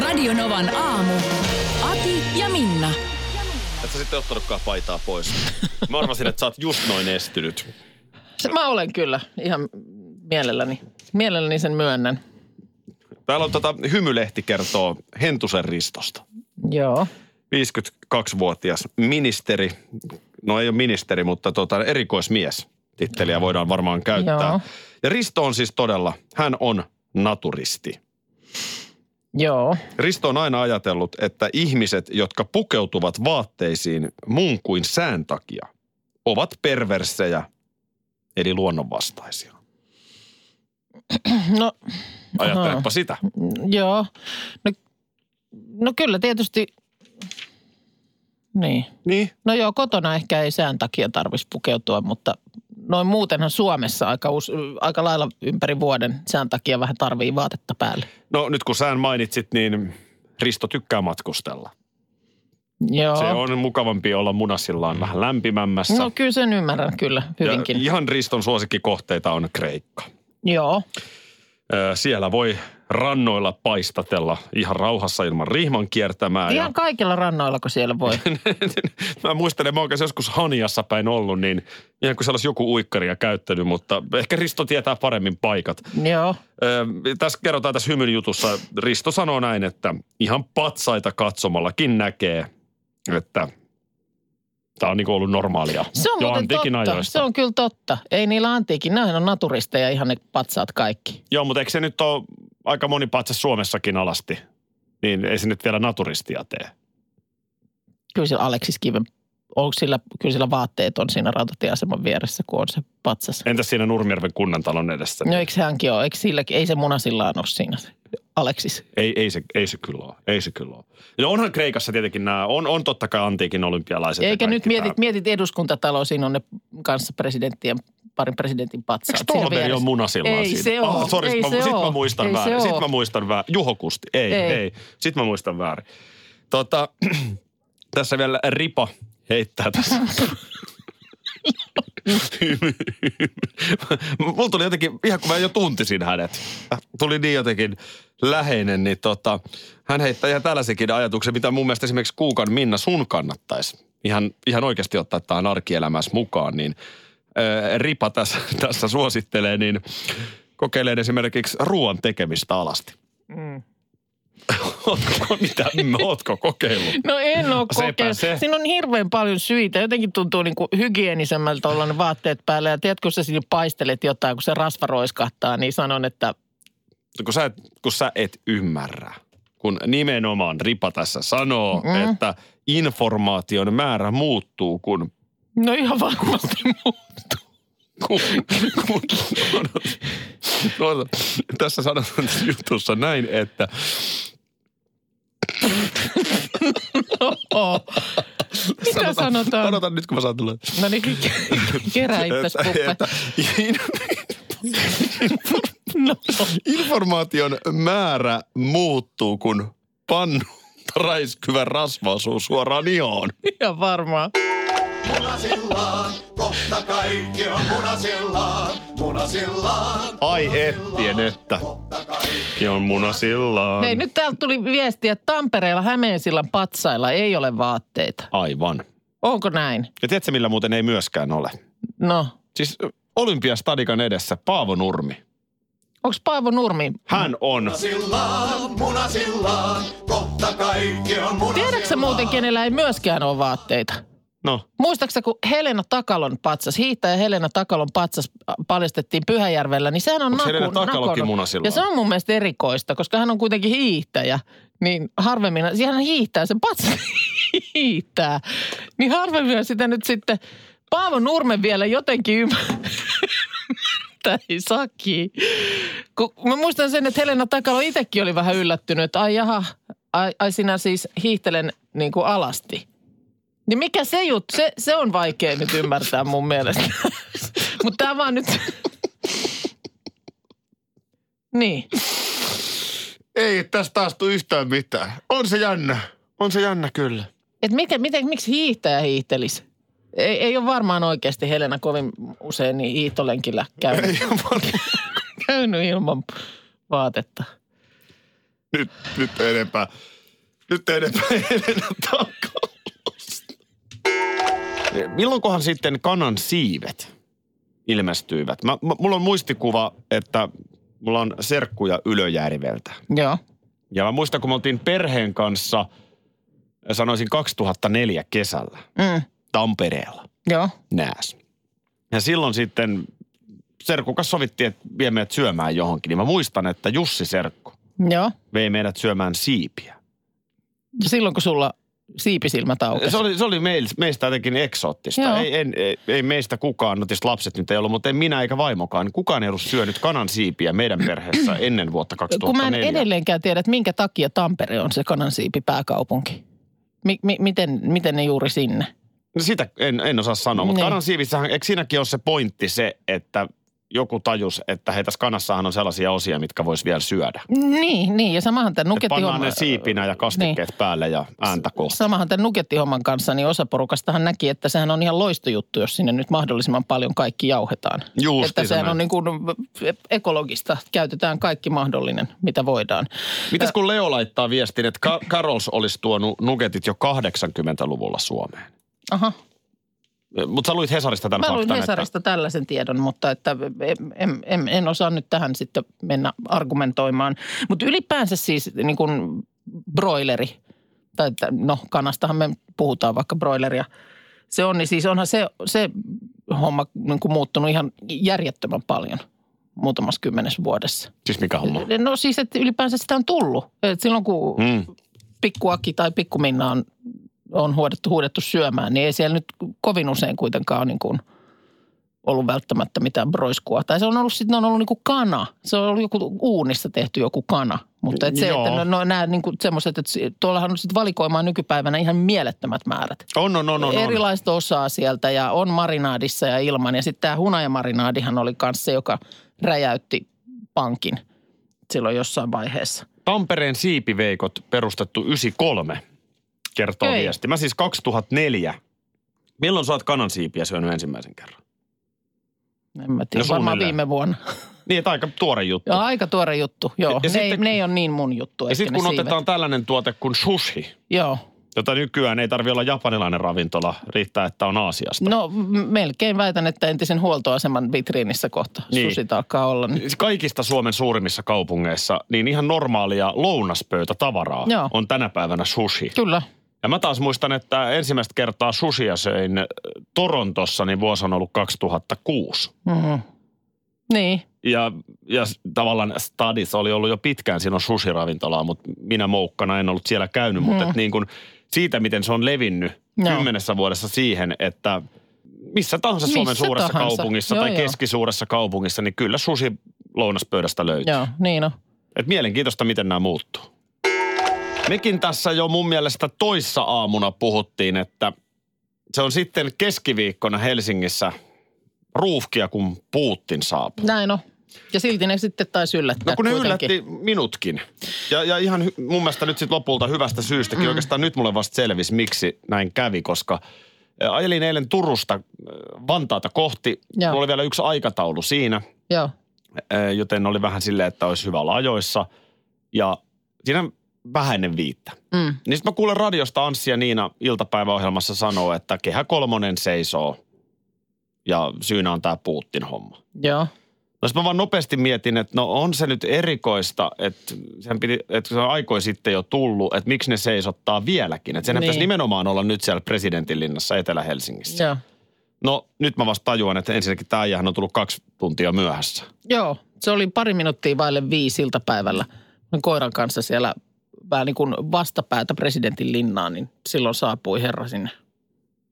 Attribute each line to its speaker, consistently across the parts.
Speaker 1: Radionovan aamu. Ati ja Minna.
Speaker 2: Et sä sitten ottanutkaan paitaa pois. Mä arvasin, että sä oot just noin estynyt.
Speaker 3: Se mä olen kyllä ihan mielelläni. Mielelläni sen myönnän.
Speaker 2: Täällä on tätä hymylehti kertoo Hentusen Ristosta.
Speaker 3: Joo.
Speaker 2: 52-vuotias ministeri, no ei ole ministeri, mutta tota, erikoismies titteliä voidaan varmaan käyttää.
Speaker 3: Joo.
Speaker 2: Ja Risto on siis todella, hän on naturisti.
Speaker 3: Joo.
Speaker 2: Risto on aina ajatellut, että ihmiset, jotka pukeutuvat vaatteisiin muun kuin sään takia, ovat perversejä, eli luonnonvastaisia.
Speaker 3: No,
Speaker 2: Ajattelepa sitä.
Speaker 3: joo. No, no kyllä tietysti, niin.
Speaker 2: Niin.
Speaker 3: No joo, kotona ehkä ei sään takia tarvitsisi pukeutua, mutta noin muutenhan Suomessa aika, us, aika lailla ympäri vuoden sään takia vähän tarvii vaatetta päälle.
Speaker 2: No nyt kun sään mainitsit, niin Risto tykkää matkustella.
Speaker 3: Joo.
Speaker 2: Se on mukavampi olla munasillaan vähän lämpimämmässä.
Speaker 3: No kyllä sen ymmärrän kyllä hyvinkin.
Speaker 2: Ja ihan Riston suosikkikohteita on Kreikka.
Speaker 3: Joo.
Speaker 2: Ö, Siellä voi rannoilla paistatella ihan rauhassa ilman rihman kiertämää. ja-
Speaker 3: Ihan kaikilla rannoilla, kun siellä voi.
Speaker 2: mä muistelen, mä oon kanssa joskus Haniassa päin ollut, niin ihan kuin se olisi joku uikkaria käyttänyt, mutta ehkä Risto tietää paremmin paikat.
Speaker 3: joo.
Speaker 2: Öö, tässä kerrotaan tässä hymyn jutussa, Risto sanoo näin, että ihan patsaita katsomallakin näkee, että tämä on niinku ollut normaalia.
Speaker 3: Se on
Speaker 2: Jo
Speaker 3: muuten
Speaker 2: antiikin
Speaker 3: totta.
Speaker 2: ajoista.
Speaker 3: Se on kyllä totta. Ei niillä antiikin. Nämähän on naturisteja ihan ne patsaat kaikki.
Speaker 2: Joo, mutta eikö se nyt ole aika moni patsas Suomessakin alasti? Niin ei se nyt vielä naturistia tee.
Speaker 3: Kyllä sillä Aleksis Kiven, onko sillä, kyllä sillä vaatteet on siinä rautatieaseman vieressä, kun on se patsas.
Speaker 2: Entäs siinä Nurmijärven kunnantalon edessä?
Speaker 3: No eikö hänkin ole? Eikö silläkin? Ei se munasillaan ole siinä se Aleksis.
Speaker 2: Ei, ei, se, ei se kyllä ole. Ei se kyllä ole. No onhan Kreikassa tietenkin nämä, on, on totta kai antiikin olympialaiset. ja
Speaker 3: Eikä nyt
Speaker 2: kaikki
Speaker 3: mietit,
Speaker 2: tää.
Speaker 3: mietit eduskuntatalo, siinä on ne kanssa presidenttien, parin presidentin patsaat.
Speaker 2: Eikö
Speaker 3: siinä
Speaker 2: Stolberi on
Speaker 3: vieressä.
Speaker 2: munasillaan
Speaker 3: Ei
Speaker 2: siinä?
Speaker 3: se ole.
Speaker 2: Oh, sorry,
Speaker 3: ei
Speaker 2: mä,
Speaker 3: se
Speaker 2: sit
Speaker 3: ole.
Speaker 2: mä muistan
Speaker 3: ei
Speaker 2: väärin.
Speaker 3: Se
Speaker 2: Sit
Speaker 3: ole.
Speaker 2: mä muistan väärin. Juhokusti, ei, ei.
Speaker 3: Ei.
Speaker 2: ei. Sit mä muistan väärin. Tota, tässä vielä Ripa heittää tässä. Mulla tuli jotenkin, ihan kun mä jo tuntisin hänet, tuli niin jotenkin läheinen, niin tota, hän heittää ihan tällaisenkin ajatuksen, mitä mun mielestä esimerkiksi Kuukan Minna sun kannattaisi ihan, ihan oikeasti ottaa tähän arkielämässä mukaan, niin ö, Ripa tässä, tässä suosittelee, niin kokeilee esimerkiksi ruoan tekemistä alasti. Mm. Ootko, mitä, ootko kokeillut?
Speaker 3: No en ole
Speaker 2: Sepä
Speaker 3: kokeillut.
Speaker 2: se.
Speaker 3: Siinä on hirveän paljon syitä. Jotenkin tuntuu niin kuin hygienisemmältä olla ne vaatteet päällä. Ja tiedätkö, kun sä siinä paistelet jotain, kun se rasva roiskahtaa, niin sanon, että
Speaker 2: kun sä, et, kun sä et ymmärrä, kun nimenomaan Ripa tässä sanoo, mm. että informaation määrä muuttuu, kun,
Speaker 3: no ihan varmasti muuttuu.
Speaker 2: kun, kun no, no, tässä sanotaan tässä jutussa näin, että
Speaker 3: Oh. Mitä sanotaan? sanotaan?
Speaker 2: Sanotaan nyt, kun mä saan tulla.
Speaker 3: No niin, kerää itsesi puppe.
Speaker 2: että
Speaker 3: No,
Speaker 2: informaation määrä muuttuu, kun pannu räiskyvä rasva osuu suoraan ihoon.
Speaker 3: ihan varmaan.
Speaker 4: Munasillaan, kohta kaikki on munasillaan, munasillaan.
Speaker 2: Ai ettien, että. Ja on munasillaan.
Speaker 3: Hei, nyt täältä tuli viestiä, että Tampereella Hämeensillan patsailla ei ole vaatteita.
Speaker 2: Aivan.
Speaker 3: Onko näin?
Speaker 2: Ja tiedätkö, millä muuten ei myöskään ole?
Speaker 3: No,
Speaker 2: Siis ö, Olympiastadikan edessä Paavo Nurmi.
Speaker 3: onko Paavo Nurmi
Speaker 2: Hän on.
Speaker 4: Munasillaan, munasillaan, kohta kaikki on munasillaan.
Speaker 3: Tiedätkö sä muuten, kenellä ei myöskään ole vaatteita?
Speaker 2: No,
Speaker 3: Muistaaksä, kun Helena Takalon patsas, hiihtäjä Helena Takalon patsas äh, paljastettiin Pyhäjärvellä, niin sehän on
Speaker 2: Onks
Speaker 3: naku,
Speaker 2: Helena Takalonkin
Speaker 3: nakonut.
Speaker 2: munasillaan?
Speaker 3: Ja se on mun mielestä erikoista, koska hän on kuitenkin hiihtäjä. Niin harvemmin, sehän hiihtää, sen patsas hiihtää. Niin harvemmin sitä nyt sitten, Paavo Nurme vielä jotenkin ymmärtäisi saki. Kun mä muistan sen, että Helena Takalo itsekin oli vähän yllättynyt, että ai jaha, ai, ai sinä siis hiihtelen niin kuin alasti. Niin mikä se juttu, se, se on vaikea nyt ymmärtää mun mielestä. Mutta tämä vaan nyt... niin.
Speaker 5: Ei tästä taas tule yhtään mitään. On se jännä. On se jännä kyllä.
Speaker 3: Et mikä, miten, miksi hiihtäjä hiihtelisi? Ei, ei ole varmaan oikeasti Helena kovin usein niin hiihtolenkillä käynyt,
Speaker 5: Ei ole varmaan.
Speaker 3: käynyt ilman vaatetta.
Speaker 5: Nyt, nyt enempää. Nyt enempää Helena takaa.
Speaker 2: Milloinkohan sitten kanan siivet ilmestyivät? Mä, mä, mulla on muistikuva, että mulla on serkkuja Ylöjärveltä.
Speaker 3: Joo.
Speaker 2: Ja mä muistan, kun me oltiin perheen kanssa, sanoisin 2004 kesällä,
Speaker 3: Mm.
Speaker 2: Tampereella,
Speaker 3: Joo.
Speaker 2: nääs. Ja silloin sitten serkku kanssa sovittiin, että vie meidät syömään johonkin. Niin mä muistan, että Jussi Serkku
Speaker 3: Joo.
Speaker 2: vei meidät syömään siipiä.
Speaker 3: Silloin kun sulla siipisilmät aukesi.
Speaker 2: Se oli, se oli meil, meistä jotenkin eksoottista.
Speaker 3: Joo.
Speaker 2: Ei, en, ei, ei meistä kukaan, no tietysti lapset nyt ei ollut, mutta en minä eikä vaimokaan. Kukaan ei ollut syönyt kanan siipiä meidän perheessä ennen vuotta
Speaker 3: Kun mä
Speaker 2: 2004.
Speaker 3: en edelleenkään tiedä, että minkä takia Tampere on se kanansiipi pääkaupunki. Mi- mi- miten, miten ne juuri sinne?
Speaker 2: No sitä en, en osaa sanoa, mutta
Speaker 3: Niin.
Speaker 2: kanan siivissähän, eikö siinäkin ole se pointti se, että joku tajus, että hei tässä kanassahan on sellaisia osia, mitkä voisi vielä syödä.
Speaker 3: Niin, niin. Ja samahan tämän
Speaker 2: Että
Speaker 3: nukettihomman...
Speaker 2: pannaan ne siipinä ja kastikkeet niin. päälle ja ääntä kohta.
Speaker 3: Samahan tämän nukettihomman kanssa, niin osa porukastahan näki, että sehän on ihan loistojuttu, jos sinne nyt mahdollisimman paljon kaikki jauhetaan.
Speaker 2: Justiinsa
Speaker 3: että sehän
Speaker 2: näin.
Speaker 3: on niin kuin e-, ekologista. Käytetään kaikki mahdollinen, mitä voidaan.
Speaker 2: Mitäs kun Leo laittaa viestin, että Ka- Karols olisi tuonut nuketit jo 80-luvulla Suomeen?
Speaker 3: Aha.
Speaker 2: Mutta sä luit Hesarista tämän
Speaker 3: Mä luin
Speaker 2: faktan,
Speaker 3: Hesarista tällaisen tiedon, mutta että en, en, en osaa nyt tähän sitten mennä argumentoimaan. Mutta ylipäänsä siis niin kuin broileri, tai että, no kanastahan me puhutaan vaikka broileria. Se on, niin siis onhan se, se homma niin kuin muuttunut ihan järjettömän paljon muutamassa kymmenessä vuodessa.
Speaker 2: Että, siis mikä homma?
Speaker 3: No siis, että ylipäänsä sitä on tullut. Et silloin kun
Speaker 2: Mm.
Speaker 3: pikkuakki tai pikkuminna on, on huudettu, huudettu syömään, niin ei siellä nyt kovin usein kuitenkaan ole niin kuin ollut välttämättä mitään broiskua. Tai se on ollut, sit, ne on ollut niin kuin kana. Se on ollut joku uunissa tehty joku kana. Mutta et se,
Speaker 2: Joo.
Speaker 3: Joo. että no, no nämä niin kuin semmoiset, että si- tuollahan on sit valikoimaa nykypäivänä ihan mielettömät määrät.
Speaker 2: On, on, on, on. on.
Speaker 3: Erilaista osaa sieltä ja on marinaadissa ja ilman. Ja sitten tämä hunajamarinaadihan oli kanssa se, joka räjäytti pankin silloin jossain vaiheessa.
Speaker 2: Tampereen siipiveikot perustettu 93, kertoo
Speaker 3: Ei.
Speaker 2: viesti. Mä siis 2004. Milloin sä oot kanansiipiä syönyt ensimmäisen kerran?
Speaker 3: En mä tiedä,
Speaker 2: No
Speaker 3: no, varmaan
Speaker 2: suunnilleen.
Speaker 3: viime vuonna.
Speaker 2: Niin, että aika tuore juttu.
Speaker 3: Joo, aika tuore juttu, joo.
Speaker 2: Ja-
Speaker 3: Ja,
Speaker 2: ja
Speaker 3: ne,
Speaker 2: sitten-
Speaker 3: ei, ne ei ole niin mun juttu.
Speaker 2: ja
Speaker 3: ehkä
Speaker 2: sitten
Speaker 3: ne
Speaker 2: kun
Speaker 3: siivet.
Speaker 2: otetaan tällainen tuote kuin sushi,
Speaker 3: Joo.
Speaker 2: jota nykyään ei tarvi olla japanilainen ravintola, riittää, että on Aasiasta.
Speaker 3: No m- melkein väitän, että entisen huoltoaseman vitriinissä kohta
Speaker 2: Niin.
Speaker 3: niin. susit alkaa olla. Niin.
Speaker 2: Siis Kaikista Suomen suurimmissa kaupungeissa, niin ihan normaalia lounaspöytä tavaraa
Speaker 3: Joo.
Speaker 2: on tänä päivänä sushi.
Speaker 3: Kyllä.
Speaker 2: Ja mä taas muistan, että ensimmäistä kertaa sushia söin äh, Torontossa, niin vuosi on ollut 2006.
Speaker 3: Mm-hmm. Niin.
Speaker 2: ja, ja s- tavallaan Stadis oli ollut jo pitkään, siinä on sushi-ravintolaa, mutta minä moukkana en ollut siellä käynyt. Mutta et niin kuin siitä, miten se on levinnyt
Speaker 3: Hmm. Joo.
Speaker 2: kymmenessä vuodessa siihen, että missä tahansa
Speaker 3: Missä
Speaker 2: Suomen suuressa
Speaker 3: tahansa.
Speaker 2: kaupungissa
Speaker 3: Joo,
Speaker 2: tai
Speaker 3: joo.
Speaker 2: keskisuuressa kaupungissa, niin kyllä sushi lounaspöydästä löytyy.
Speaker 3: Joo, niin on.
Speaker 2: Et mielenkiintoista, miten nämä muuttuu. Mekin tässä jo mun mielestä toissa aamuna puhuttiin, että se on sitten keskiviikkona Helsingissä ruuhkia, kun Putin saapuu.
Speaker 3: Näin on. Ja silti ne sitten taisi yllättää
Speaker 2: No kun ne
Speaker 3: kuitenkin.
Speaker 2: yllätti minutkin. Ja, ja ihan hy- mun mielestä nyt sitten lopulta hyvästä syystäkin. Mm. Oikeastaan nyt mulle vasta selvisi, miksi näin kävi, koska ö, ajelin eilen Turusta ö, Vantaata kohti. Joo.
Speaker 3: Joo.
Speaker 2: Mulla oli vielä yksi aikataulu siinä,
Speaker 3: Joo.
Speaker 2: ö, joten oli vähän silleen, että olisi hyvä olla ajoissa. Ja siinä vähän ennen viittä.
Speaker 3: Mm.
Speaker 2: Niin sitten mä kuulen radiosta Anssi ja Niina iltapäiväohjelmassa sanoo, että kehä kolmonen seisoo ja syynä on tämä Putin homma.
Speaker 3: Joo.
Speaker 2: No sit mä vaan nopeasti mietin, että no on se nyt erikoista, että sehän piti, että se on aikoi sitten jo tullut, että miksi ne seisottaa vieläkin. Että sen niin.
Speaker 3: Niin.
Speaker 2: pitäisi nimenomaan olla nyt siellä presidentinlinnassa Etelä-Helsingissä.
Speaker 3: Joo.
Speaker 2: No nyt mä vasta tajuan, että ensinnäkin tämä äijähän on tullut kaksi tuntia myöhässä.
Speaker 3: Joo, se oli pari minuuttia vaille viisi iltapäivällä. Olin koiran kanssa siellä vähän niin kuin vastapäätä presidentin linnaan, niin silloin saapui herra sinne.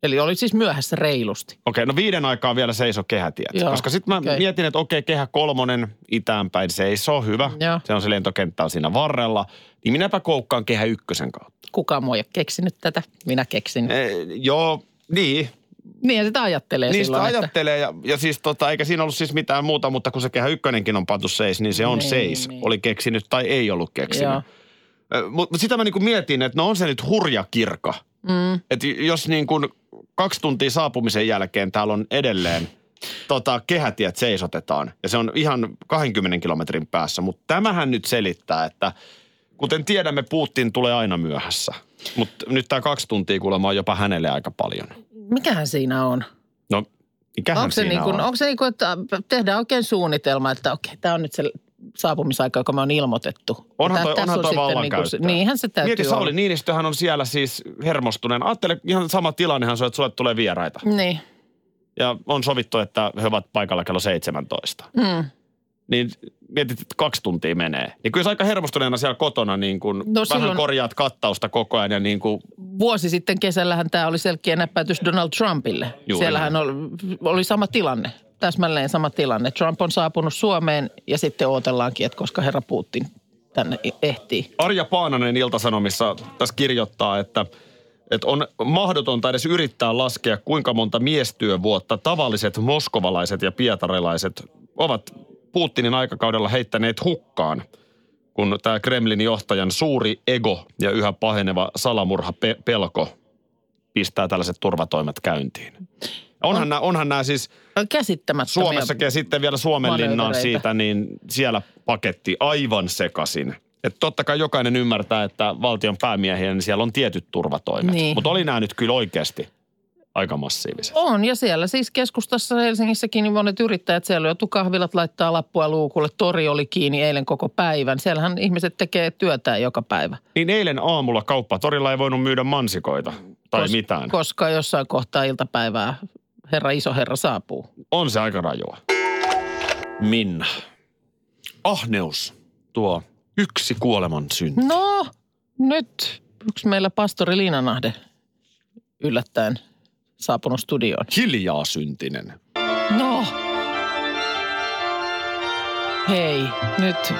Speaker 3: Eli oli siis myöhässä reilusti.
Speaker 2: Okei, no viiden aikaa vielä seiso kehätiet. Joo.
Speaker 3: Joo,
Speaker 2: Koska sitten mä okay.
Speaker 3: okei.
Speaker 2: mietin, että okei, kehä kolmonen itään päin seisoo, hyvä.
Speaker 3: Joo.
Speaker 2: Se on se lentokenttä on siinä varrella. niin minäpä koukkaan kehä ykkösen kautta.
Speaker 3: Kukaan muu ei ole keksinyt tätä, minä keksin.
Speaker 2: Eh, joo, niin.
Speaker 3: Niin sitä ajattelee
Speaker 2: Niistä
Speaker 3: silloin, että-
Speaker 2: ajattelee ja, ja siis tota, eikä siinä ollut siis mitään muuta, mutta kun se kehä ykkönenkin on pantu seis, niin se on
Speaker 3: Niin,
Speaker 2: seis.
Speaker 3: niin.
Speaker 2: Oli keksinyt tai ei ollut keksinyt.
Speaker 3: Joo.
Speaker 2: Mutta sitä mä niinku mietin, että no on se nyt hurja kirka. Mm. Että jos niin kuin kaksi tuntia saapumisen jälkeen täällä on edelleen tota, kehätiet seisotetaan ja se on ihan 20 kilometrin päässä. Mutta tämähän nyt selittää, että kuten tiedämme, Putin tulee aina myöhässä. Mutta nyt tämä kaksi tuntia kuulemma on jopa hänelle aika paljon.
Speaker 3: Mikähän siinä on?
Speaker 2: No, mikähän
Speaker 3: Onko se,
Speaker 2: siinä
Speaker 3: niin kuin,
Speaker 2: on?
Speaker 3: onko se niin kuin, että tehdään oikein suunnitelma, että okei, tämä on nyt se laapumisaika, joka me on ilmoitettu.
Speaker 2: Onhan
Speaker 3: Tää-
Speaker 2: toi,
Speaker 3: tässä
Speaker 2: onhan
Speaker 3: on
Speaker 2: toi
Speaker 3: sitten
Speaker 2: vallankäyttöä.
Speaker 3: Niin kuin, niinhän se täytyy
Speaker 2: Mieti, Sauli
Speaker 3: olla.
Speaker 2: Niinistöhän on siellä siis hermostuneen. Ajattele, ihan sama tilannehan se on, että sulle tulee vieraita.
Speaker 3: Niin.
Speaker 2: ja on sovittu, että he ovat paikalla kello 17.
Speaker 3: Mm.
Speaker 2: Niin mietit, että kaksi tuntia menee. Niin kyllä sä aika hermostuneena siellä kotona niin kun no,
Speaker 3: No
Speaker 2: vähän silloin...
Speaker 3: silloin-
Speaker 2: korjaat kattausta koko ajan ja niin kuin,
Speaker 3: Vuosi sitten kesällähän tämä oli selkeä näppäytys Donald Trumpille.
Speaker 2: Juuri
Speaker 3: Siellähän oli, oli sama tilanne, täsmälleen sama tilanne. Trump on saapunut Suomeen ja sitten odotellaankin, että koska herra Putin tänne e-, ehtii.
Speaker 2: Arja Paananen Iltasanomissa tässä kirjoittaa, että, että on mahdotonta edes yrittää laskea, kuinka monta miestyövuotta tavalliset moskovalaiset ja pietarilaiset ovat Putinin aikakaudella heittäneet hukkaan, kun tämä Kremlin johtajan suuri ego ja yhä paheneva salamurha pe- pelko pistää tällaiset turvatoimet käyntiin. Onhan, on. nämä, onhan nämä siis
Speaker 3: On Käsittämättömiä.
Speaker 2: Suomessakin ja sitten vielä Suomenlinnaan
Speaker 3: manöövereitä.
Speaker 2: siitä, niin siellä paketti aivan sekasin. Et totta kai jokainen ymmärtää, että valtion päämiehiä, niin siellä on tietyt turvatoimet.
Speaker 3: Niin.
Speaker 2: Mutta oli nämä nyt kyllä oikeasti aika massiiviset.
Speaker 3: On, ja siellä siis keskustassa Helsingissäkin niin monet yrittäjät, siellä joutuu kahvilat laittaa lappua luukulle, tori oli kiinni eilen koko päivän. Siellähän ihmiset tekee työtään joka päivä.
Speaker 2: Niin eilen aamulla kauppatorilla ei voinut myydä mansikoita tai
Speaker 3: Kos-
Speaker 2: mitään.
Speaker 3: Koska jossain kohtaa iltapäivää herra iso herra saapuu.
Speaker 2: On se aika rajua. Minna. Ahneus tuo yksi kuoleman synti.
Speaker 3: No, nyt yksi meillä pastori Liinanahde yllättäen saapunut studioon.
Speaker 2: Hiljaa syntinen.
Speaker 3: No. Hei, nyt.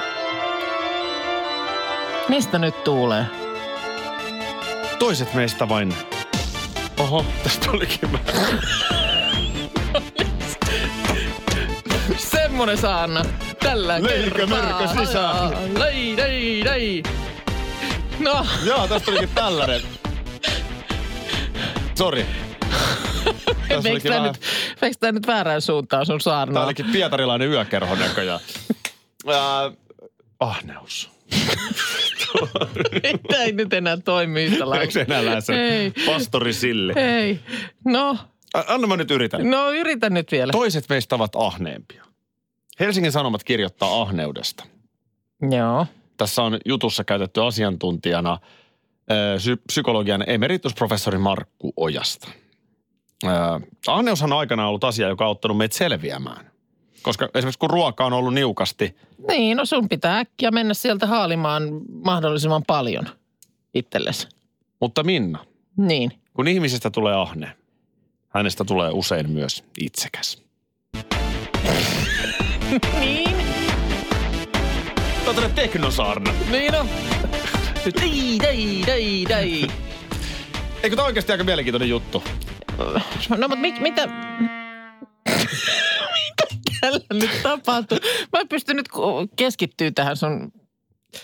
Speaker 3: Mistä nyt tuulee?
Speaker 2: Toiset meistä vain... Oho, tästä olikin mä.
Speaker 3: Semmonen saanna. Tällä
Speaker 5: Leikö
Speaker 3: kertaa.
Speaker 5: mörkö sisään.
Speaker 3: Ajaa. Lei, lei, lei. No,
Speaker 2: Joo, tästä tulikin tällainen. Sori. Tässä
Speaker 3: veikö
Speaker 2: olikin
Speaker 3: tää,
Speaker 2: vähän-
Speaker 3: nyt, veikö tää nyt väärään suuntaan sun
Speaker 2: Tämä
Speaker 3: saarnaa?
Speaker 2: olikin pietarilainen yökerho näköjään. Ää, ahneus.
Speaker 3: Tää ei nyt enää toimi yhtä
Speaker 2: Eikö se
Speaker 3: lailla.
Speaker 2: enää lähe sen
Speaker 3: Ei.
Speaker 2: pastori Silli?
Speaker 3: Ei. No,
Speaker 2: Ä, Anna mä nyt yritän.
Speaker 3: no yritä nyt vielä.
Speaker 2: Toiset meistä ovat ahneempia. Helsingin Sanomat kirjoittaa ahneudesta.
Speaker 3: Joo.
Speaker 2: Tässä on jutussa käytetty asiantuntijana ö, psy- psykologian emeritusprofessori Markku Ojasta. Ö, Ahneushan on aikanaan ollut asia, joka on auttanut meitä selviämään. Koska esimerkiksi kun ruoka on ollut niukasti,
Speaker 3: Niin, no sun pitää äkkiä mennä sieltä haalimaan mahdollisimman paljon itsellesi.
Speaker 2: mutta Minna,
Speaker 3: Niin.
Speaker 2: kun ihmisestä tulee ahne, hänestä tulee usein myös itsekäs.
Speaker 3: Niin?
Speaker 2: Tämä on tämmönen teknosaarna.
Speaker 3: Niin no. Dei, dei, dei, dei.
Speaker 2: Eikö tämä oikeasti aika mielenkiintoinen juttu?
Speaker 3: No, mutta mit, mitä... mitä tällä nyt tapahtuu? Mä en pysty nyt ku- keskittyä tähän sun...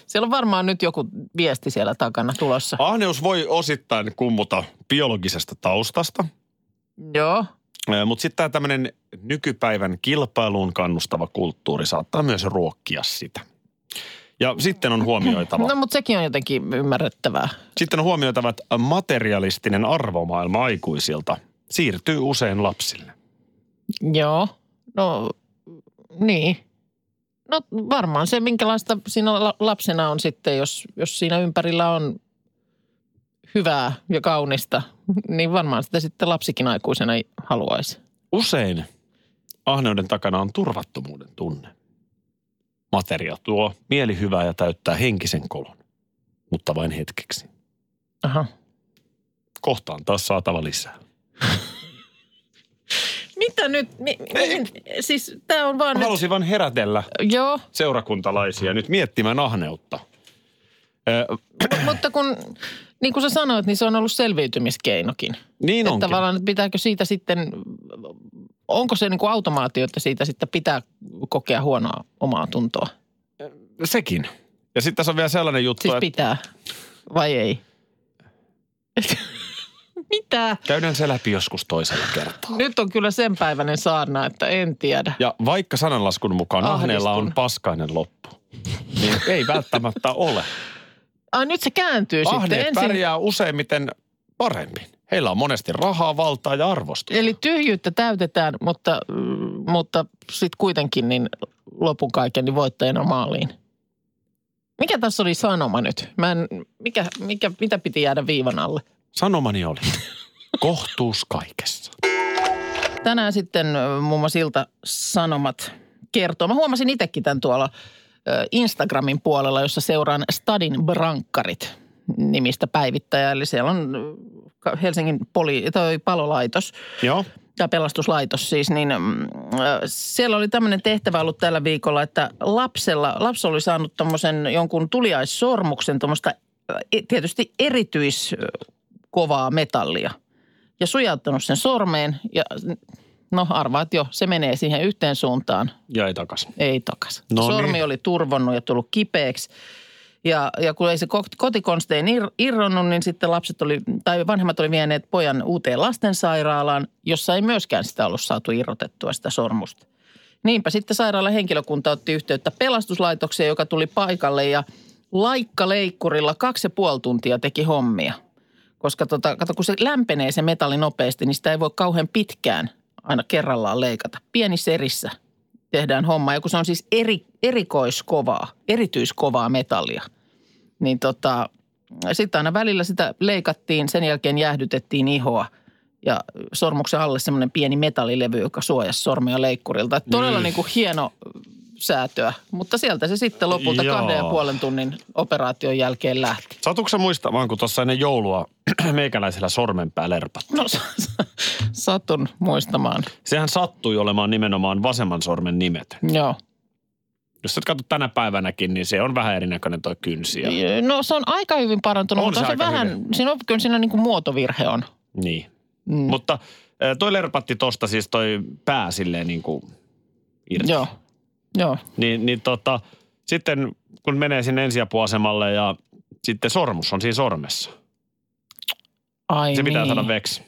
Speaker 3: Siellä on varmaan nyt joku viesti siellä takana tulossa.
Speaker 2: Ahneus voi osittain kummuta biologisesta taustasta,
Speaker 3: Joo.
Speaker 2: Mutta sitten tämä tämmöinen nykypäivän kilpailuun kannustava kulttuuri saattaa myös ruokkia sitä. Ja sitten on huomioitava,
Speaker 3: No, mutta sekin on jotenkin ymmärrettävää.
Speaker 2: sitten on huomioitava, että materialistinen arvomaailma aikuisilta siirtyy usein lapsille.
Speaker 3: Joo. No, niin. No varmaan se, minkälaista siinä la- lapsena on sitten, jos, jos siinä ympärillä on hyvää ja kaunista, niin varmaan sitä sitten lapsikin aikuisena ei haluaisi.
Speaker 2: Usein ahneuden takana on turvattomuuden tunne. Materia tuo mielihyvää ja täyttää henkisen kolon, mutta vain hetkeksi.
Speaker 3: Aha.
Speaker 2: Kohtaan taas saatava lisää.
Speaker 3: No Mitä nyt? Mi- mihin? Siis tämä on vaan
Speaker 2: Mä
Speaker 3: nyt...
Speaker 2: halusin vain herätellä
Speaker 3: Joo,
Speaker 2: seurakuntalaisia nyt miettimään ahneutta. Ö,
Speaker 3: Mut- Mutta kun, niin kuin sä sanoit, niin se on ollut selviytymiskeinokin.
Speaker 2: niin
Speaker 3: Että
Speaker 2: onkin.
Speaker 3: tavallaan, että pitääkö siitä sitten, onko se niin kuin automaatio, että siitä sitten pitää kokea huonoa omaa tuntoa?
Speaker 2: Sekin. Ja sitten tässä on vielä sellainen juttu,
Speaker 3: Siis
Speaker 2: että
Speaker 3: pitää vai ei? Mitä?
Speaker 2: käydään se läpi joskus toisella kertaa.
Speaker 3: Nyt on kyllä sen päiväinen saarna, että en tiedä.
Speaker 2: Ja vaikka sananlaskun mukaan
Speaker 3: Ahdistun.
Speaker 2: ahneella on paskainen loppu, niin ei välttämättä ole.
Speaker 3: Ai nyt se kääntyy
Speaker 2: Ahneet
Speaker 3: sitten ensin.
Speaker 2: pärjää useimmiten paremmin. Heillä on monesti rahaa, valtaa ja arvostusta.
Speaker 3: Eli tyhjyyttä täytetään, mutta, mm, mutta sitten kuitenkin niin lopun kaiken niin voittajana maaliin. Mikä tässä oli sanoma nyt? Mä en, mikä, mikä, mitä piti jäädä viivan alle?
Speaker 2: Sanomani oli, kohtuus kaikessa.
Speaker 3: Tänään sitten ö, muun muassa Ilta-Sanomat kertoo. Mä huomasin itsekin tämän tuolla ö, Instagramin puolella, jossa seuraan Stadin brankkarit nimistä päivittäjää. Eli siellä on ö, ka- Helsingin poli- toi palolaitos
Speaker 2: Joo.
Speaker 3: tai pelastuslaitos siis, niin mm, ö, siellä oli tämmöinen tehtävä ollut tällä viikolla, että lapsella, lapsi oli saanut tuommoisen jonkun tuliaissormuksen, tuommoista ö, tietysti erityiskovaa metallia ja sujauttanut sen sormeen ja no arvaat jo, se menee siihen yhteen suuntaan,
Speaker 2: Ja ei takas.
Speaker 3: ei takas.
Speaker 2: No
Speaker 3: Sormi
Speaker 2: niin.
Speaker 3: oli turvonnut ja tullut kipeäksi. Ja, ja kun ei se ko- kotikonstein ir- irronnut, niin sitten lapset oli, tai vanhemmat oli vieneet pojan uuteen lastensairaalaan, jossa ei myöskään sitä ollut saatu irrotettua sitä sormusta. Niinpä sitten sairaalan henkilökunta otti yhteyttä pelastuslaitokseen, joka tuli paikalle ja laikkaleikkurilla kaksi ja puoli tuntia teki hommia. Koska tota, kato, kun se lämpenee se metalli nopeasti, niin sitä ei voi kauhean pitkään aina kerrallaan leikata. Pienissä erissä tehdään homma. Ja kun se on siis eri, erikoiskovaa, erityiskovaa metallia, niin tota, sitten aina välillä sitä leikattiin, sen jälkeen jäähdytettiin ihoa ja sormuksen alle semmoinen pieni metallilevy, joka suojasi sormia leikkurilta. Et todella niin kuin hieno säätöä, mutta sieltä se sitten lopulta
Speaker 2: Joo.
Speaker 3: kahden ja puolen tunnin operaation jälkeen lähti.
Speaker 2: Satuuko sä muistamaan, kun tuossa ennen joulua meikäläisellä sormenpää lerpat?
Speaker 3: No s- s- satun muistamaan.
Speaker 2: Sehän sattui olemaan nimenomaan vasemman sormen nimet.
Speaker 3: Joo.
Speaker 2: Jos sä katsot tänä päivänäkin, niin se on vähän erinäköinen toi kynsi. Ja...
Speaker 3: No se on aika hyvin parantunut,
Speaker 2: On
Speaker 3: mutta
Speaker 2: se
Speaker 3: on se
Speaker 2: aika
Speaker 3: vähän,
Speaker 2: hyvin.
Speaker 3: siinä on, kyllä siinä niin kuin muotovirhe on.
Speaker 2: Niin. Mm. Mutta äh, toi lerpatti tosta siis toi pää silleen niin kuin irti.
Speaker 3: Joo, joo.
Speaker 2: Niin, niin tota, sitten kun menee sinne ensiapuasemalle ja sitten sormus on siinä sormessa.
Speaker 3: Ai
Speaker 2: Se pitää
Speaker 3: niin.
Speaker 2: saada veksi.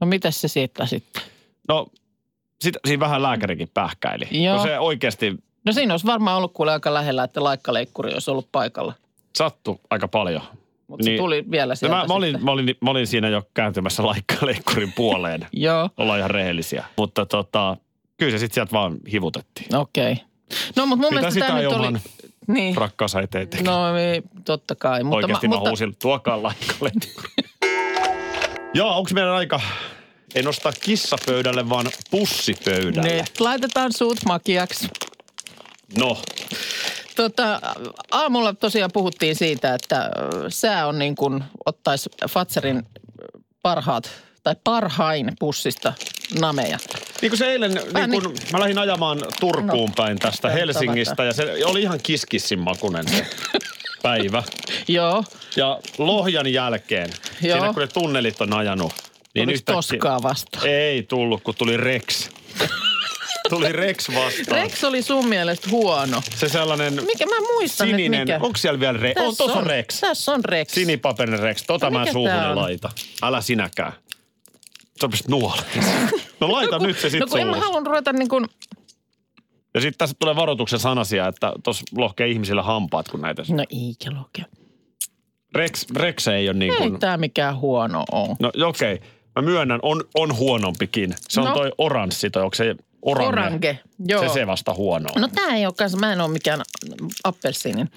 Speaker 3: No mitäs se siitä sitten?
Speaker 2: No, sit, siinä vähän lääkärikin pähkäili.
Speaker 3: Joo.
Speaker 2: Kun se oikeasti
Speaker 3: No siinä olisi varmaan ollut kuule aika lähellä, että laikkaleikkuri olisi ollut paikalla.
Speaker 2: sattui aika paljon.
Speaker 3: Mutta niin.
Speaker 2: Niin.
Speaker 3: se tuli vielä
Speaker 2: No
Speaker 3: sieltä
Speaker 2: mä, mä, olin,
Speaker 3: sitten.
Speaker 2: mä, olin, mä olin siinä jo kääntymässä laikkaleikkurin puoleen.
Speaker 3: Joo,
Speaker 2: Ollaan ihan rehellisiä. Mutta tota, kyllä se sitten sieltä vaan hivutettiin.
Speaker 3: okei. Okay. No mutta mun
Speaker 2: Mitä
Speaker 3: mielestä
Speaker 2: sitä
Speaker 3: tämä
Speaker 2: ei
Speaker 3: nyt oli...
Speaker 2: oman
Speaker 3: Niin.
Speaker 2: Rakkaansa eteen teki. No,
Speaker 3: No ei, totta kai. Mutta,
Speaker 2: Oikeasti
Speaker 3: ma-
Speaker 2: mä,
Speaker 3: mutta,
Speaker 2: huusin, tuokaa laikkaleikkurin. Joo, onko meidän aika... En nostaa kissapöydälle, vaan pussipöydälle.
Speaker 3: niin, laitetaan suut makiaksi.
Speaker 2: No,
Speaker 3: Tota, aamulla tosiaan puhuttiin siitä, että ö, sää on niin kuin ottaisi Fatserin parhaat tai parhain pussista nameja.
Speaker 2: Niin kuin se eilen,
Speaker 3: Vähän No,
Speaker 2: niin kun mä lähdin ajamaan Turkuun päin tästä
Speaker 3: Tää on
Speaker 2: Helsingistä ja se oli ihan kiskissin makunen se päivä.
Speaker 3: Joo,
Speaker 2: Ja Lohjan jälkeen,
Speaker 3: Joo.
Speaker 2: siinä kun ne tunnelit on ajanut, niin
Speaker 3: niin
Speaker 2: yhtäkkiä...
Speaker 3: toskaa vastaan.
Speaker 2: Ei tullut, kun tuli Rex. tuli Rex vastaan.
Speaker 3: Rex oli sun mielestä huono.
Speaker 2: Se sellainen
Speaker 3: Mikä mä muistan, että
Speaker 2: sininen,
Speaker 3: mikä?
Speaker 2: onko siellä vielä Rex? On, tossa on Rex.
Speaker 3: Tässä on Rex.
Speaker 2: Sinipaperinen Rex, tota
Speaker 3: No
Speaker 2: mä
Speaker 3: mikä
Speaker 2: suuhun
Speaker 3: tää on?
Speaker 2: laita. Älä sinäkään. Sä pistät nuoleen. No laita
Speaker 3: kun-
Speaker 2: nyt se sit
Speaker 3: No kun en mä
Speaker 2: suuhusi.
Speaker 3: halunnut ruveta niin kuin,
Speaker 2: Ja sitten tässä tulee varoituksen sanasia, että tuossa lohkee ihmisillä hampaat, kun näitä...
Speaker 3: no eikä loke.
Speaker 2: Rex, Rex ei ole niin
Speaker 3: Ei
Speaker 2: kuin...
Speaker 3: tää mikään huono on.
Speaker 2: No okei, okay. mä myönnän, on, on huonompikin. Se on
Speaker 3: No.
Speaker 2: toi oranssi, toi onko se orange?
Speaker 3: Orange, joo.
Speaker 2: Se se vasta huono. No.
Speaker 3: No tää ei ole kans, mä en ole mikään appelsiinin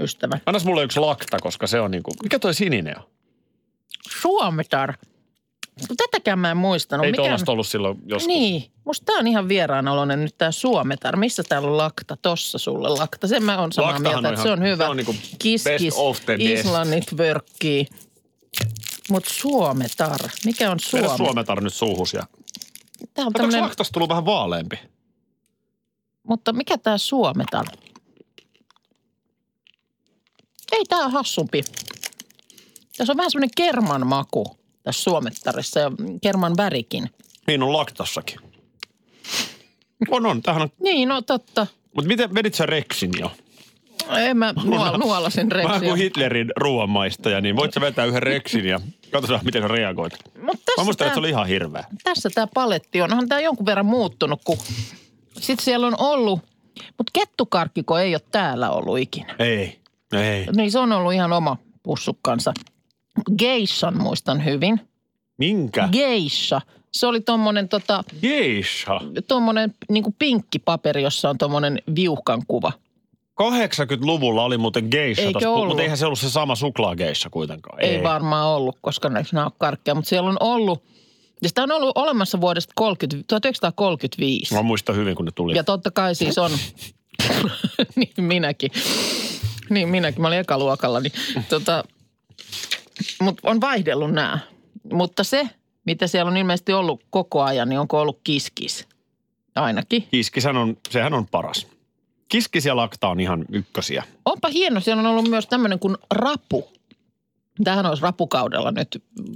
Speaker 3: ystävä.
Speaker 2: Annas mulle yksi lakta, koska se on niinku... Mikä toi sininen on?
Speaker 3: Suomitar. Kun Tätäkään mä en muistanut.
Speaker 2: ei
Speaker 3: No Mikä-
Speaker 2: tuollaista ollut silloin joskus.
Speaker 3: Niin, musta tää on ihan vieraanoloinen nyt tää Suometar. Missä täällä on lakta? Tossa sulle lakta. Sen mä oon samaa
Speaker 2: Laktahan
Speaker 3: mieltä,
Speaker 2: on
Speaker 3: että se on
Speaker 2: ihan-
Speaker 3: hyvä.
Speaker 2: se on niinku
Speaker 3: kiss,
Speaker 2: best
Speaker 3: kiss,
Speaker 2: of the best.
Speaker 3: Islannit vörkkii. Mut Suometar, mikä on
Speaker 2: Suomi.
Speaker 3: Suomi?
Speaker 2: Suometar nyt suuhus ja...
Speaker 3: Tää on
Speaker 2: Tämmönen...
Speaker 3: tämmönen,
Speaker 2: laktas tullut vähän vaaleampi?
Speaker 3: mutta mikä tää Suometar? Ei tää on hassumpi. Tässä on vähän semmoinen kerman maku tässä suomettarissa ja kerman värikin.
Speaker 2: Niin on laktassakin. On, on. Tähän on.
Speaker 3: Niin, no totta.
Speaker 2: Mutta miten vedit sä Rexin jo?
Speaker 3: En mä nuol, nuolasin
Speaker 2: Vähän
Speaker 3: reksiä.
Speaker 2: kuin Hitlerin ruoanmaistaja, niin voit sä vetää yhden Rexin ja katsotaan, miten sä reagoit.
Speaker 3: Mut
Speaker 2: Mä
Speaker 3: tässä
Speaker 2: muistan, että se
Speaker 3: tää,
Speaker 2: oli ihan hirveä.
Speaker 3: tässä tää paletti on. Onhan tää jonkun verran muuttunut, kun sit siellä on ollut. Mutta kettukarkkiko ei ole täällä ollut ikinä.
Speaker 2: Ei. Ei.
Speaker 3: Niin se on ollut ihan oma pussukkansa. Geishan muistan hyvin.
Speaker 2: Minkä?
Speaker 3: Geisha. Se oli tommonen tota,
Speaker 2: Geisha.
Speaker 3: tommonen niinku pinkki paperi, jossa on tommonen viuhkan kuva.
Speaker 2: 80-luvulla oli muuten geisha,
Speaker 3: Eikö
Speaker 2: tossa,
Speaker 3: ollut?
Speaker 2: mutta eihän se ollut se sama suklaageisha kuitenkaan.
Speaker 3: Ei, ei varmaan ollut, koska näissä nämä on karkkeja, mutta siellä on ollut, ja sitä on ollut olemassa vuodesta 30, 1935.
Speaker 2: Mä muistan hyvin, kun ne tuli.
Speaker 3: Ja totta kai siis on, niin minäkin, niin minäkin, mä olin ekaluokalla, niin tota, mutta on vaihdellut nämä. Mutta se, mitä siellä on ilmeisesti ollut koko ajan, niin onko ollut kiskis? Ainakin.
Speaker 2: Kiskisän on, sehän on paras. Kiskis ja lakta on ihan ykkösiä.
Speaker 3: Onpa hieno, siellä on ollut myös tämmöinen kuin rapu. Tämähän olisi rapukaudella nyt mm,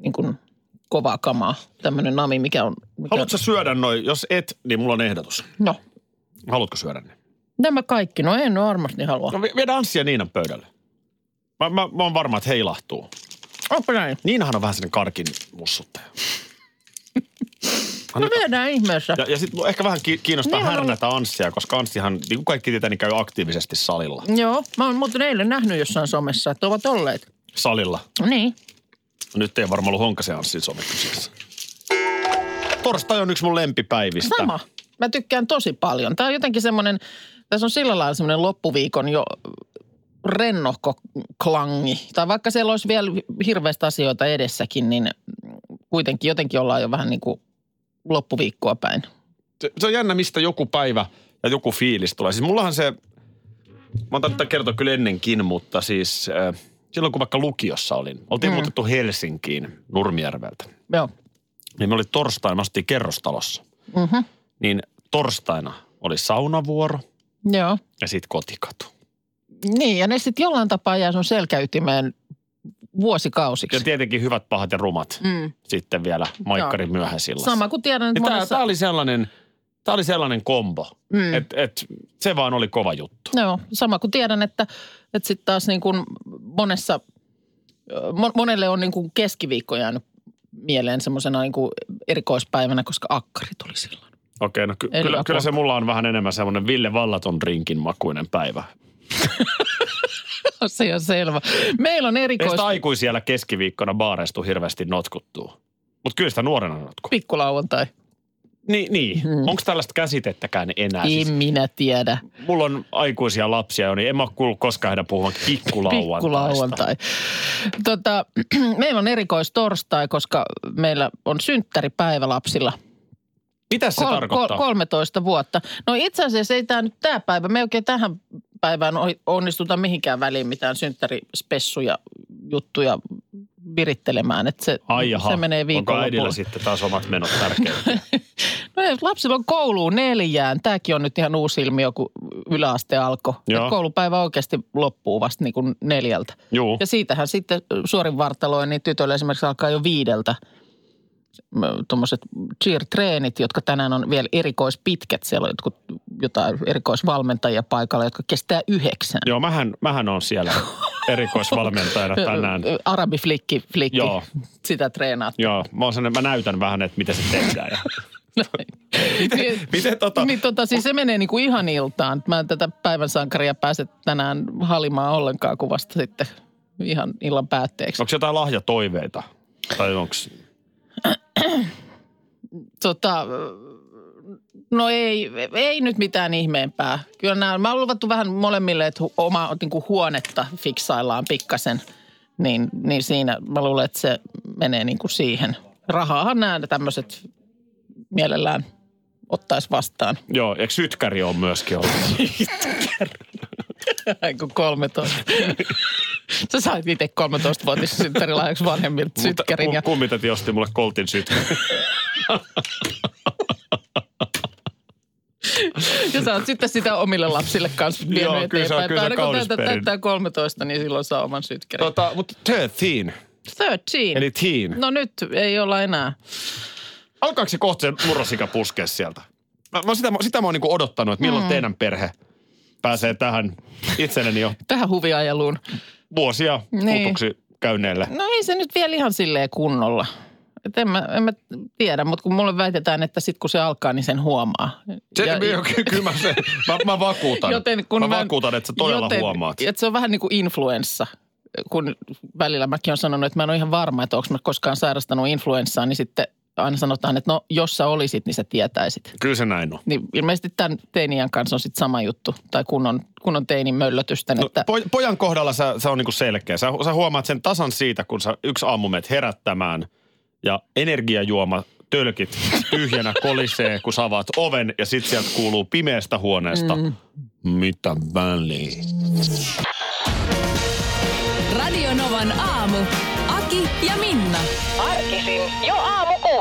Speaker 3: niin kuin kovaa kamaa. Tämmöinen nami, mikä on... Mikä
Speaker 2: Haluatko sä syödä noin? Jos et, niin mulla on ehdotus.
Speaker 3: No,
Speaker 2: Haluatko syödä ne?
Speaker 3: nämä kaikki. No en varmasti halua.
Speaker 2: No vi- viedä Anssi ja Niinan pöydälle. Mä, mä, mä oon varma, että heilahtuu.
Speaker 3: Onko näin?
Speaker 2: Niinahan on vähän sellainen karkin mussuttaja.
Speaker 3: No viedään ihmeessä.
Speaker 2: Ja, ja sitten ehkä vähän ki- kiinnostaa
Speaker 3: Niin,
Speaker 2: niin,
Speaker 3: mä-
Speaker 2: härnätä Anssia, koska Anssihan, niin kuin kaikki tietää, niin käy aktiivisesti salilla.
Speaker 3: Joo, mä oon muuten eilen nähnyt jossain somessa, että ovat olleet.
Speaker 2: Salilla.
Speaker 3: Niin.
Speaker 2: No Nyt ei varmaan ollut Honkasen Anssin some kyseessä. Torstai on yksi mun lempipäivistä.
Speaker 3: Sama. Mä tykkään tosi paljon. Tämä on jotenkin semmoinen, tässä on sillä lailla semmoinen loppuviikon jo rennohko klangi. Tai vaikka siellä olisi vielä hirveästi asioita edessäkin, niin kuitenkin jotenkin ollaan jo vähän niin kuin loppuviikkoa päin.
Speaker 2: se, se on jännä, mistä joku päivä ja joku fiilis tulee. Siis mullahan se, mä oon tainnut kertoa kyllä ennenkin, mutta siis äh, silloin kun vaikka lukiossa olin, oltiin mm. muutettu Helsinkiin Nurmijärveltä.
Speaker 3: Joo.
Speaker 2: Niin me oli torstaina, me asuttiin kerrostalossa. Mm-hmm. Niin torstaina oli saunavuoro
Speaker 3: Joo.
Speaker 2: ja sitten kotikatu.
Speaker 3: Niin, ja ne sitten jollain tapaa jää sun selkäytimeen vuosikausiksi.
Speaker 2: Ja tietenkin hyvät, pahat ja rumat
Speaker 3: Mm.
Speaker 2: sitten vielä maikkarin myöhäisillassa.
Speaker 3: Sama kuin tiedän, että
Speaker 2: Niin tää,
Speaker 3: monessa...
Speaker 2: tää oli sellainen, tää oli sellainen kombo, mm. että et, se vaan oli kova juttu.
Speaker 3: Joo, sama kuin tiedän, että, että sitten taas niin kuin monessa, mo- monelle on niin kuin keskiviikko jäänyt mieleen semmoisena niin kuin erikoispäivänä, koska akkari tuli silloin.
Speaker 2: Okei, no ky-
Speaker 3: Eli
Speaker 2: kyllä,
Speaker 3: apua.
Speaker 2: kyllä se mulla on vähän enemmän semmoinen Ville Vallaton rinkin makuinen päivä.
Speaker 3: Se on selvä. Meillä on
Speaker 2: Ei
Speaker 3: erikois...
Speaker 2: sitä aikuisiellä keskiviikkona baareistu hirveästi notkuttuu. Mutta kyllä sitä nuorena notku.
Speaker 3: Pikkulauantai.
Speaker 2: Niin, niin. Mm. onko tällaista käsitettäkään enää?
Speaker 3: En
Speaker 2: Siis,
Speaker 3: minä tiedä.
Speaker 2: mulla on aikuisia lapsia jo, niin en mä oo kuullut koskaan heidän puhuvan pikkulauantaista.
Speaker 3: Pikkulauantai. Tota, meillä on erikoistorstai, koska meillä on synttäripäivä lapsilla.
Speaker 2: Mitäs se tarkoittaa?
Speaker 3: 13 vuotta. No itse asiassa ei tämä nyt tämä päivä. Me ei oikein tähän päivään ohi- onnistuta mihinkään väliin mitään synttärispessuja, juttuja virittelemään. Että se,
Speaker 2: Ai jaha,
Speaker 3: se menee
Speaker 2: onko äidillä
Speaker 3: viikonlopulla.
Speaker 2: sitten taas omat menot tärkeitä?
Speaker 3: No ei, lapsilla on kouluun neljään. Tämäkin on nyt ihan uusi ilmiö, kun yläaste alkoi.
Speaker 2: Joo.
Speaker 3: Et Koulupäivä oikeasti loppuu vasta niin kuin neljältä.
Speaker 2: Juu.
Speaker 3: Ja siitähän sitten suorin vartaloin, niin tytölle esimerkiksi alkaa jo viideltä tuommoiset cheer-treenit, jotka tänään on vielä erikoispitkät. Siellä on jotkut, jotain erikoisvalmentajia paikalla, jotka kestää yhdeksän.
Speaker 2: Joo, mähän, mähän on siellä erikoisvalmentajana tänään.
Speaker 3: Ö, Arabiflikki, flikki.
Speaker 2: Joo.
Speaker 3: Sitä treenaat.
Speaker 2: Joo, mä, oon sellainen- mä näytän vähän, että miten se tehdään. Ja
Speaker 3: Niin-
Speaker 2: miten tota-
Speaker 3: Niin tota, siis se menee niinku ihan iltaan. Mä en tätä päivän sankaria pääse tänään halimaan ollenkaan kuvasta sitten ihan illan päätteeksi.
Speaker 2: Onko jotain lahjatoiveita? Tai onks...
Speaker 3: tota, no ei, ei nyt mitään ihmeempää. Kyllä nämä, mä oon luvattu vähän molemmille, että hu- omaa niin kuin huonetta fiksaillaan pikkasen. Niin, niin siinä mä luulen, että se menee niin kuin siihen. Rahaahan nämä tämmöiset mielellään ottaisi vastaan.
Speaker 2: Joo, eikö sytkäri on myöskin ollut?
Speaker 3: Ai kun 13. Sä sait itse 13-vuotias synttärilahjaksi vanhemmilta sytkärin. Ja...
Speaker 2: Mutta kummitäti osti mulle koltin sytkäri.
Speaker 3: Ja sä oot sitten sitä omille lapsille kanssa vienyt
Speaker 2: Joo, kyllä se on-
Speaker 3: eteenpäin.
Speaker 2: kyllä se on
Speaker 3: Tai aina kun
Speaker 2: kaunis
Speaker 3: täytä-
Speaker 2: perinne.
Speaker 3: täyttää 13, niin silloin saa oman sytkärin.
Speaker 2: Tota, mutta 13,
Speaker 3: 13.
Speaker 2: eli teen.
Speaker 3: No nyt ei olla enää.
Speaker 2: Alkaako se kohta se murrosika puskea sieltä? Mä, mä sitä, sitä mä oon niinku odottanut, että milloin mm. teidän perhe pääsee tähän itselleni jo
Speaker 3: Tähän huviajeluun.
Speaker 2: vuosia
Speaker 3: Niin.
Speaker 2: niin. tutuksi käyneelle.
Speaker 3: No ei se nyt vielä ihan silleen kunnolla. Et en, mä, en mä tiedä, mutta kun mulle väitetään, että sit kun se alkaa, niin sen huomaa.
Speaker 2: Se, ja, ky- kyllä mä, sen, mä, mä vakuutan.
Speaker 3: Joten kun
Speaker 2: mä, vakuutan, että sä todella joten, huomaat.
Speaker 3: Että se on vähän niin kuin influenssa. Kun välillä mäkin olen sanonut, että mä en ole ihan varma, että onko mä koskaan sairastanut influenssaa, niin sitten aina sanotaan, että no jos sä olisit, niin sä tietäisit.
Speaker 2: Kyllä se näin on.
Speaker 3: Niin ilmeisesti tämän teiniän kanssa on sitten sama juttu, tai kun on, kun on teinin möllötysten,
Speaker 2: No,
Speaker 3: että
Speaker 2: po, pojan kohdalla se, se on niinku selkeä. Sä, sä huomaat sen tasan siitä, kun sä yksi aamu menet herättämään ja energiajuoma tölkit tyhjänä kolisee, kun sä avaat oven ja sit sieltä kuuluu pimeästä huoneesta. Mm. Mitä väliä?
Speaker 1: Radio Novan aamu. Aki ja Minna.
Speaker 6: Arkisin jo aamu